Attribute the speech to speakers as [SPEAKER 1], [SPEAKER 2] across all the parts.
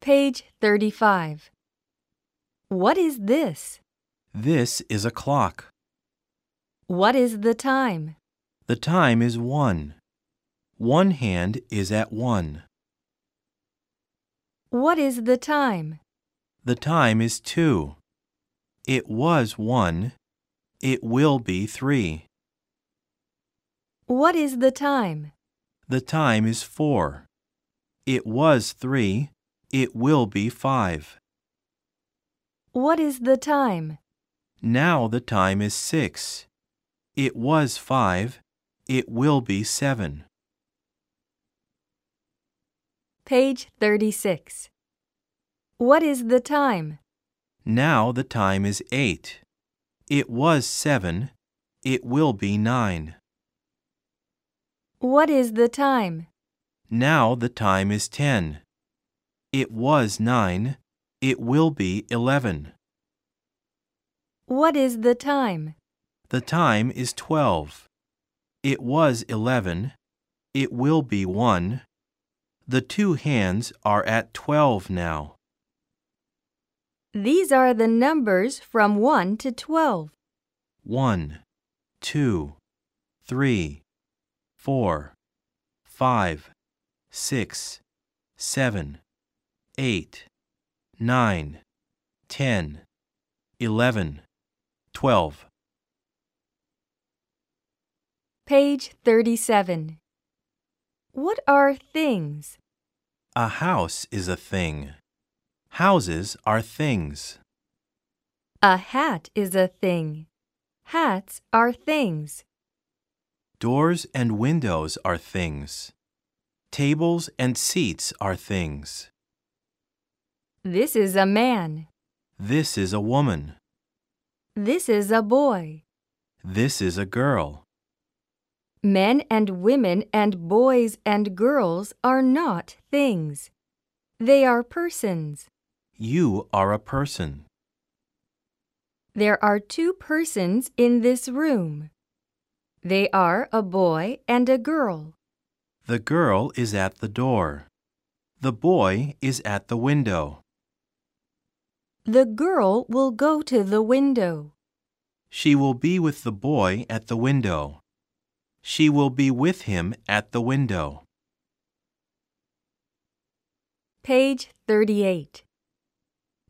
[SPEAKER 1] Page 35. What is this?
[SPEAKER 2] This is a clock.
[SPEAKER 1] What is the time?
[SPEAKER 2] The time is one. One hand is at one.
[SPEAKER 1] What is the time?
[SPEAKER 2] The time is two. It was one. It will be three.
[SPEAKER 1] What is the time?
[SPEAKER 2] The time is four. It was three. It will be five.
[SPEAKER 1] What is the time?
[SPEAKER 2] Now the time is six. It was five. It will be seven.
[SPEAKER 1] Page 36. What is the time?
[SPEAKER 2] Now the time is eight. It was seven. It will be nine.
[SPEAKER 1] What is the time?
[SPEAKER 2] Now the time is ten. It was nine. It will be eleven.
[SPEAKER 1] What is the time?
[SPEAKER 2] The time is twelve. It was eleven. It will be one. The two hands are at twelve now.
[SPEAKER 1] These are the numbers from 1 to 12.
[SPEAKER 2] One, two, three, four, five, six, seven, eight, nine, ten, eleven, twelve.
[SPEAKER 1] Page 37. What are things?
[SPEAKER 2] A house is a thing. Houses are things.
[SPEAKER 1] A hat is a thing. Hats are things.
[SPEAKER 2] Doors and windows are things. Tables and seats are things.
[SPEAKER 1] This is a man.
[SPEAKER 2] This is a woman.
[SPEAKER 1] This is a boy.
[SPEAKER 2] This is a girl.
[SPEAKER 1] Men and women and boys and girls are not things. They are persons.
[SPEAKER 2] You are a person.
[SPEAKER 1] There are two persons in this room. They are a boy and a girl.
[SPEAKER 2] The girl is at the door. The boy is at the window.
[SPEAKER 1] The girl will go to the window.
[SPEAKER 2] She will be with the boy at the window. She will be with him at the window.
[SPEAKER 1] Page 38.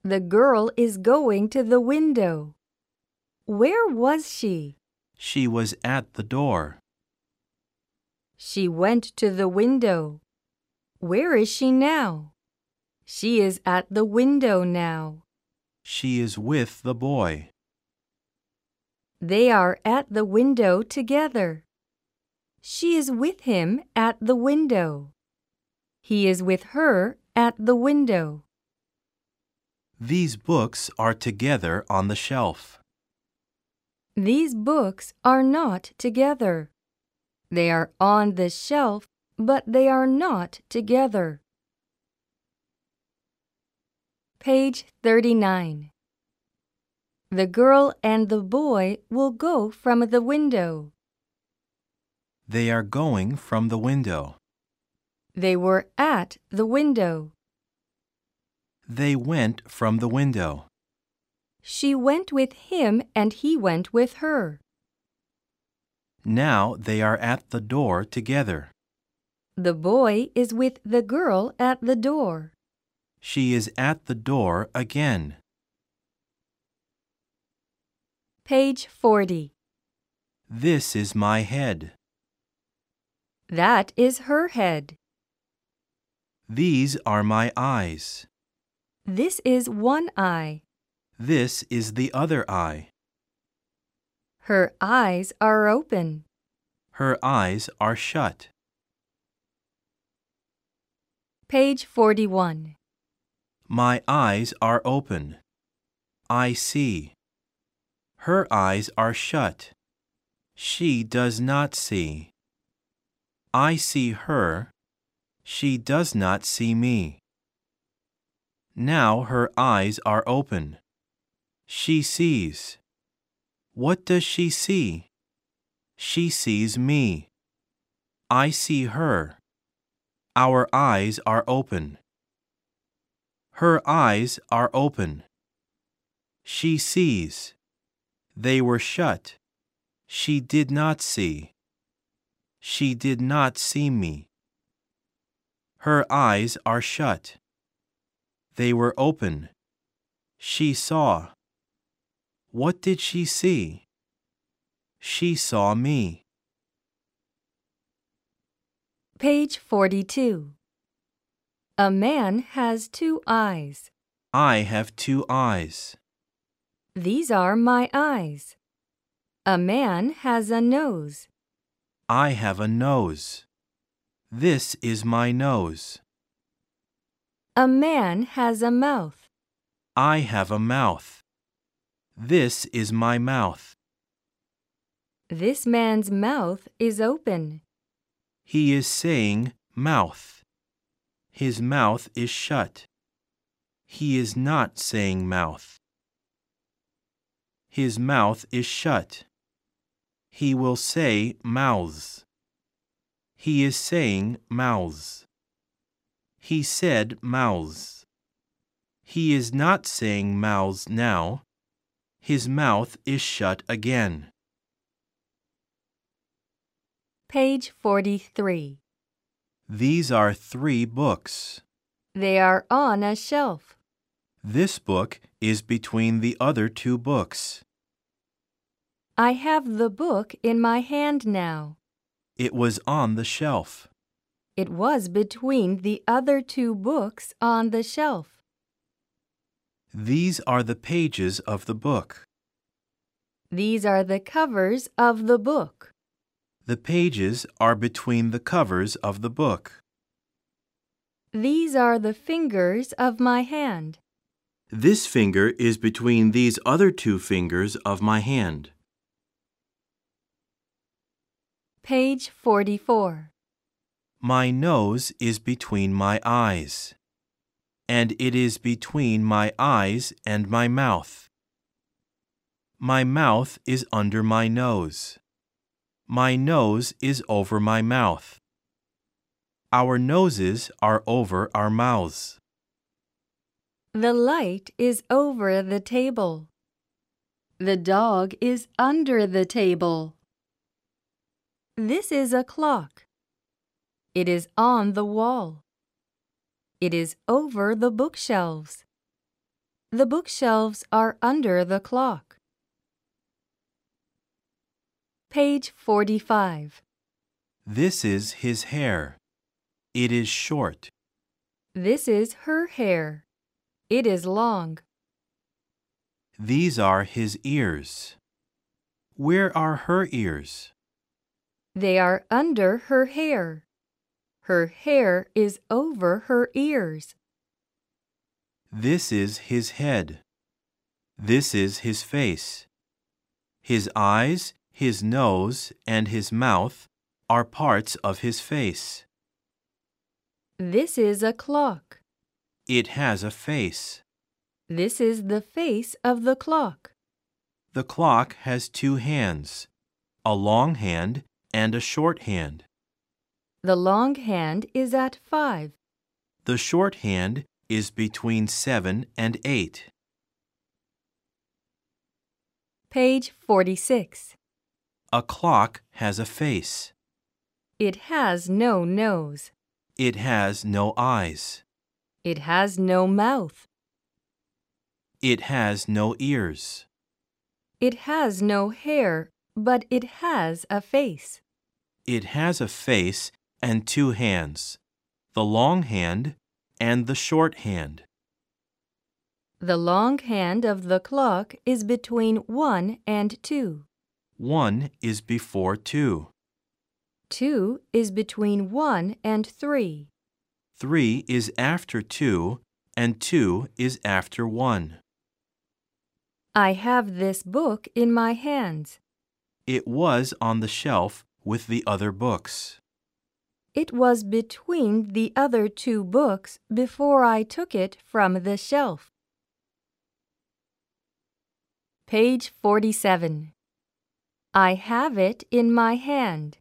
[SPEAKER 1] The girl is going to the window. Where was she?
[SPEAKER 2] She was at the door.
[SPEAKER 1] She went to the window. Where is she now? She is at the window now.
[SPEAKER 2] She is with the boy.
[SPEAKER 1] They are at the window together. She is with him at the window. He is with her at the window.
[SPEAKER 2] These books are together on the shelf.
[SPEAKER 1] These books are not together. They are on the shelf, but they are not together. Page 39. The girl and the boy will go from the window.
[SPEAKER 2] They are going from the window.
[SPEAKER 1] They were at the window.
[SPEAKER 2] They went from the window.
[SPEAKER 1] She went with him and he went with her.
[SPEAKER 2] Now they are at the door together.
[SPEAKER 1] The boy is with the girl at the door.
[SPEAKER 2] She is at the door again.
[SPEAKER 1] Page 40.
[SPEAKER 2] This is my head.
[SPEAKER 1] That is her head.
[SPEAKER 2] These are my eyes.
[SPEAKER 1] This is one eye.
[SPEAKER 2] This is the other eye.
[SPEAKER 1] Her eyes are open.
[SPEAKER 2] Her eyes are shut.
[SPEAKER 1] Page 41.
[SPEAKER 2] My eyes are open. I see. Her eyes are shut. She does not see. I see her. She does not see me. Now her eyes are open. She sees. What does she see? She sees me. I see her. Our eyes are open. Her eyes are open. She sees. They were shut. She did not see. She did not see me. Her eyes are shut. They were open. She saw. What did she see? She saw me.
[SPEAKER 1] Page 42. A man has two eyes.
[SPEAKER 2] I have two eyes.
[SPEAKER 1] These are my eyes. A man has a nose.
[SPEAKER 2] I have a nose. This is my nose.
[SPEAKER 1] A man has a mouth.
[SPEAKER 2] I have a mouth. This is my mouth.
[SPEAKER 1] This man's mouth is open.
[SPEAKER 2] He is saying, mouth. His mouth is shut. He is not saying mouth. His mouth is shut. He will say mouths. He is saying mouths. He said mouths. He is not saying mouths now. His mouth is shut again.
[SPEAKER 1] Page 43.
[SPEAKER 2] These are three books.
[SPEAKER 1] They are on a shelf.
[SPEAKER 2] This book is between the other two books.
[SPEAKER 1] I have the book in my hand now.
[SPEAKER 2] It was on the shelf.
[SPEAKER 1] It was between the other two books on the shelf.
[SPEAKER 2] These are the pages of the book.
[SPEAKER 1] These are the covers of the book.
[SPEAKER 2] The pages are between the covers of the book.
[SPEAKER 1] These are the fingers of my hand.
[SPEAKER 2] This finger is between these other two fingers of my hand.
[SPEAKER 1] Page 44.
[SPEAKER 2] My nose is between my eyes. And it is between my eyes and my mouth. My mouth is under my nose. My nose is over my mouth. Our noses are over our mouths.
[SPEAKER 1] The light is over the table. The dog is under the table. This is a clock. It is on the wall. It is over the bookshelves. The bookshelves are under the clock. Page 45.
[SPEAKER 2] This is his hair. It is short.
[SPEAKER 1] This is her hair. It is long.
[SPEAKER 2] These are his ears. Where are her ears?
[SPEAKER 1] They are under her hair. Her hair is over her ears.
[SPEAKER 2] This is his head. This is his face. His eyes, his nose, and his mouth are parts of his face.
[SPEAKER 1] This is a clock.
[SPEAKER 2] It has a face.
[SPEAKER 1] This is the face of the clock.
[SPEAKER 2] The clock has two hands a long hand and a short hand.
[SPEAKER 1] The long hand is at five.
[SPEAKER 2] The short hand is between seven and eight.
[SPEAKER 1] Page 46.
[SPEAKER 2] A clock has a face.
[SPEAKER 1] It has no nose.
[SPEAKER 2] It has no eyes.
[SPEAKER 1] It has no mouth.
[SPEAKER 2] It has no ears.
[SPEAKER 1] It has no hair, but it has a face.
[SPEAKER 2] It has a face and two hands the long hand and the short hand.
[SPEAKER 1] The long hand of the clock is between one and two.
[SPEAKER 2] One is before two.
[SPEAKER 1] Two is between one and three.
[SPEAKER 2] Three is after two, and two is after one.
[SPEAKER 1] I have this book in my hands.
[SPEAKER 2] It was on the shelf with the other books.
[SPEAKER 1] It was between the other two books before I took it from the shelf. Page 47. I have it in my hand.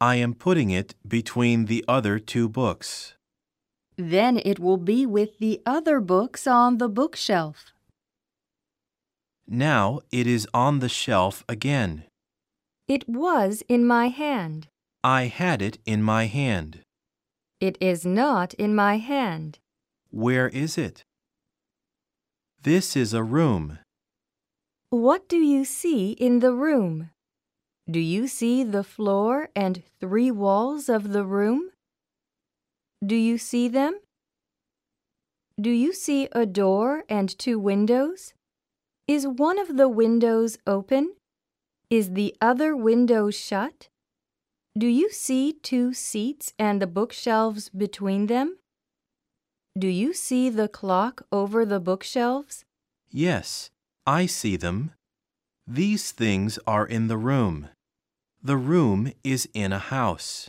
[SPEAKER 2] I am putting it between the other two books.
[SPEAKER 1] Then it will be with the other books on the bookshelf.
[SPEAKER 2] Now it is on the shelf again.
[SPEAKER 1] It was in my hand.
[SPEAKER 2] I had it in my hand.
[SPEAKER 1] It is not in my hand.
[SPEAKER 2] Where is it? This is a room.
[SPEAKER 1] What do you see in the room? Do you see the floor and three walls of the room? Do you see them? Do you see a door and two windows? Is one of the windows open? Is the other window shut? Do you see two seats and the bookshelves between them? Do you see the clock over the bookshelves?
[SPEAKER 2] Yes, I see them. These things are in the room. The room is in a house.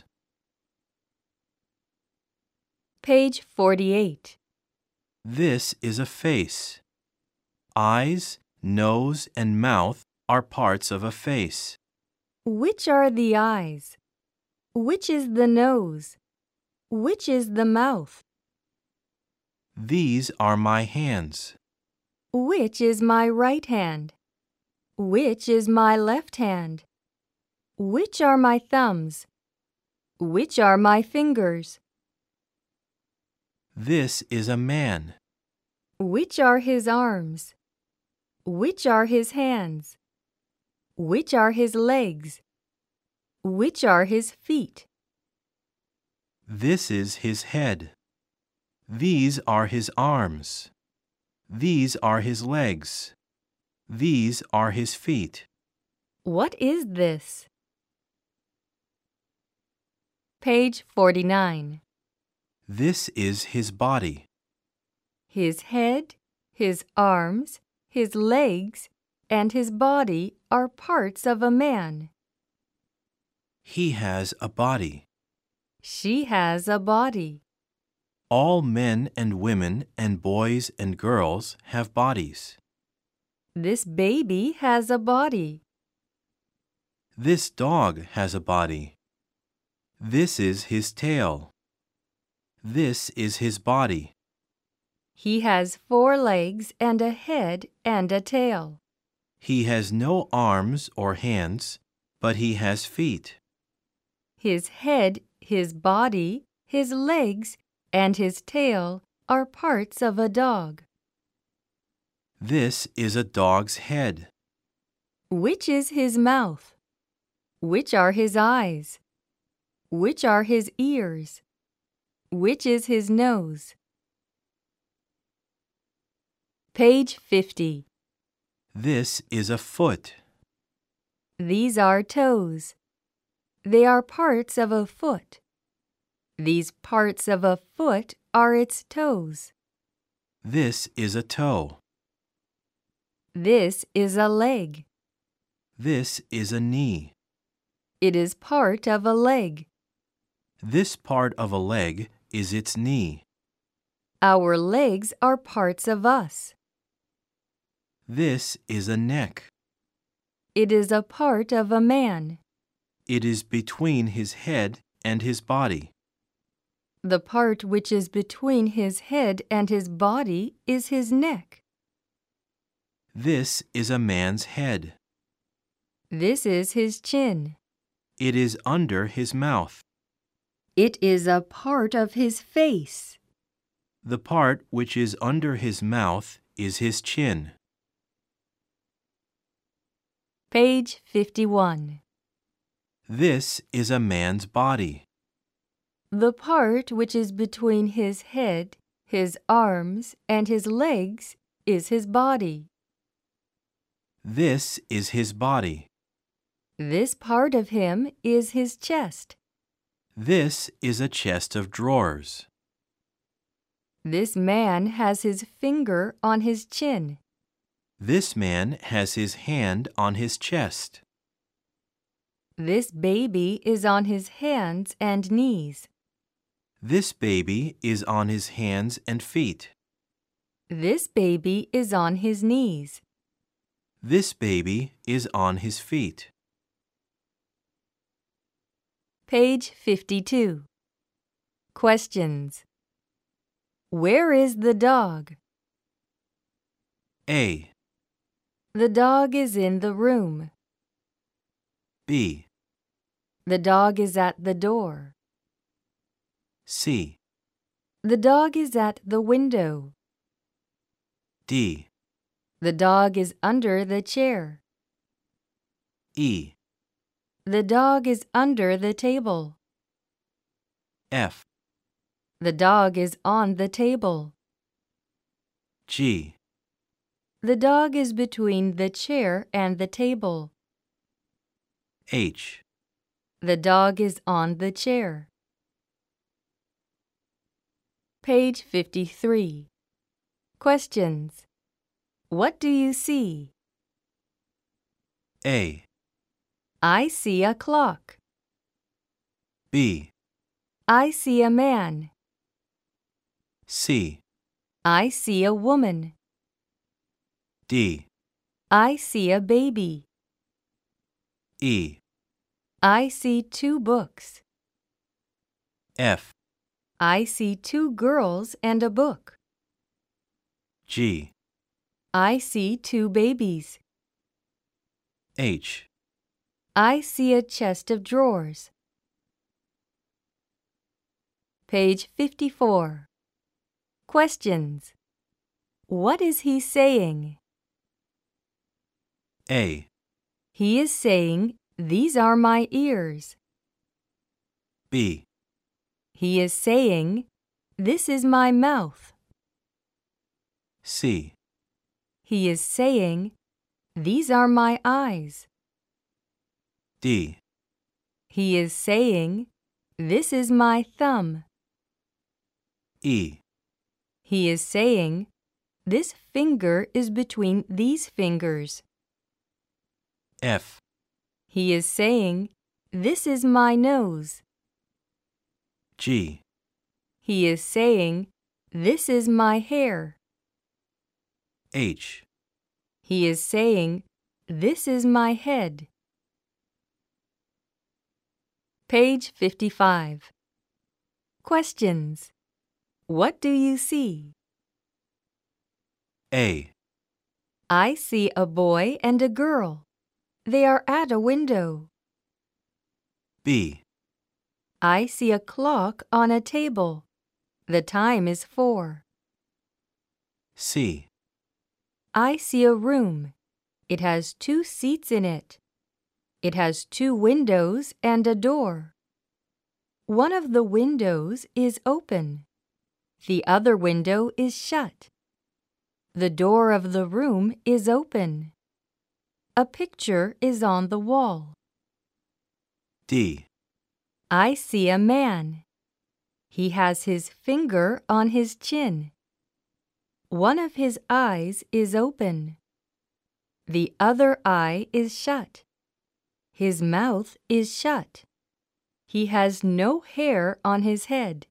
[SPEAKER 1] Page 48.
[SPEAKER 2] This is a face. Eyes, nose, and mouth are parts of a face.
[SPEAKER 1] Which are the eyes? Which is the nose? Which is the mouth?
[SPEAKER 2] These are my hands.
[SPEAKER 1] Which is my right hand? Which is my left hand? Which are my thumbs? Which are my fingers?
[SPEAKER 2] This is a man.
[SPEAKER 1] Which are his arms? Which are his hands? Which are his legs? Which are his feet?
[SPEAKER 2] This is his head. These are his arms. These are his legs. These are his feet.
[SPEAKER 1] What is this? Page 49.
[SPEAKER 2] This is his body.
[SPEAKER 1] His head, his arms, his legs, and his body are parts of a man.
[SPEAKER 2] He has a body.
[SPEAKER 1] She has a body.
[SPEAKER 2] All men and women and boys and girls have bodies.
[SPEAKER 1] This baby has a body.
[SPEAKER 2] This dog has a body. This is his tail. This is his body.
[SPEAKER 1] He has four legs and a head and a tail.
[SPEAKER 2] He has no arms or hands, but he has feet.
[SPEAKER 1] His head, his body, his legs, and his tail are parts of a dog.
[SPEAKER 2] This is a dog's head.
[SPEAKER 1] Which is his mouth? Which are his eyes? Which are his ears? Which is his nose? Page 50.
[SPEAKER 2] This is a foot.
[SPEAKER 1] These are toes. They are parts of a foot. These parts of a foot are its toes.
[SPEAKER 2] This is a toe.
[SPEAKER 1] This is a leg.
[SPEAKER 2] This is a knee.
[SPEAKER 1] It is part of a leg.
[SPEAKER 2] This part of a leg is its knee.
[SPEAKER 1] Our legs are parts of us.
[SPEAKER 2] This is a neck.
[SPEAKER 1] It is a part of a man.
[SPEAKER 2] It is between his head and his body.
[SPEAKER 1] The part which is between his head and his body is his neck.
[SPEAKER 2] This is a man's head.
[SPEAKER 1] This is his chin.
[SPEAKER 2] It is under his mouth.
[SPEAKER 1] It is a part of his face.
[SPEAKER 2] The part which is under his mouth is his chin.
[SPEAKER 1] Page 51.
[SPEAKER 2] This is a man's body.
[SPEAKER 1] The part which is between his head, his arms, and his legs is his body.
[SPEAKER 2] This is his body.
[SPEAKER 1] This part of him is his chest.
[SPEAKER 2] This is a chest of drawers.
[SPEAKER 1] This man has his finger on his chin.
[SPEAKER 2] This man has his hand on his chest.
[SPEAKER 1] This baby is on his hands and knees.
[SPEAKER 2] This baby is on his hands and feet.
[SPEAKER 1] This baby is on his knees.
[SPEAKER 2] This baby is on his feet.
[SPEAKER 1] Page 52. Questions Where is the dog?
[SPEAKER 2] A,
[SPEAKER 1] The dog is in the room.
[SPEAKER 2] B,
[SPEAKER 1] The dog is at the door.
[SPEAKER 2] C,
[SPEAKER 1] The dog is at the window.
[SPEAKER 2] D,
[SPEAKER 1] The dog is under the chair.
[SPEAKER 2] E,
[SPEAKER 1] The dog is under the table.
[SPEAKER 2] F,
[SPEAKER 1] The dog is on the table.
[SPEAKER 2] G,
[SPEAKER 1] The dog is between the chair and the table.
[SPEAKER 2] H.
[SPEAKER 1] The dog is on the chair. Page 53. Questions. What do you see?
[SPEAKER 2] A,
[SPEAKER 1] I see a clock.
[SPEAKER 2] B,
[SPEAKER 1] I see a man.
[SPEAKER 2] C,
[SPEAKER 1] I see a woman.
[SPEAKER 2] D,
[SPEAKER 1] I see a baby.
[SPEAKER 2] E,
[SPEAKER 1] I see two books.
[SPEAKER 2] F,
[SPEAKER 1] I see two girls and a book.
[SPEAKER 2] G,
[SPEAKER 1] I see two babies.
[SPEAKER 2] H.
[SPEAKER 1] I see a chest of drawers. Page 54. Questions. What is he saying?
[SPEAKER 2] A,
[SPEAKER 1] He is saying, These are my ears.
[SPEAKER 2] B,
[SPEAKER 1] He is saying, This is my mouth.
[SPEAKER 2] C,
[SPEAKER 1] He is saying, These are my eyes.
[SPEAKER 2] D,
[SPEAKER 1] He is saying, This is my thumb.
[SPEAKER 2] E,
[SPEAKER 1] He is saying, This finger is between these fingers.
[SPEAKER 2] F,
[SPEAKER 1] He is saying, This is my nose.
[SPEAKER 2] G,
[SPEAKER 1] He is saying, This is my hair.
[SPEAKER 2] H,
[SPEAKER 1] He is saying, This is my head. Page 55. Questions. What do you see?
[SPEAKER 2] A,
[SPEAKER 1] I see a boy and a girl. They are at a window.
[SPEAKER 2] B,
[SPEAKER 1] I see a clock on a table. The time is four.
[SPEAKER 2] C,
[SPEAKER 1] I see a room. It has two seats in it. It has two windows and a door. One of the windows is open. The other window is shut. The door of the room is open. A picture is on the wall.
[SPEAKER 2] D,
[SPEAKER 1] I see a man. He has his finger on his chin. One of his eyes is open. The other eye is shut. His mouth is shut. He has no hair on his head.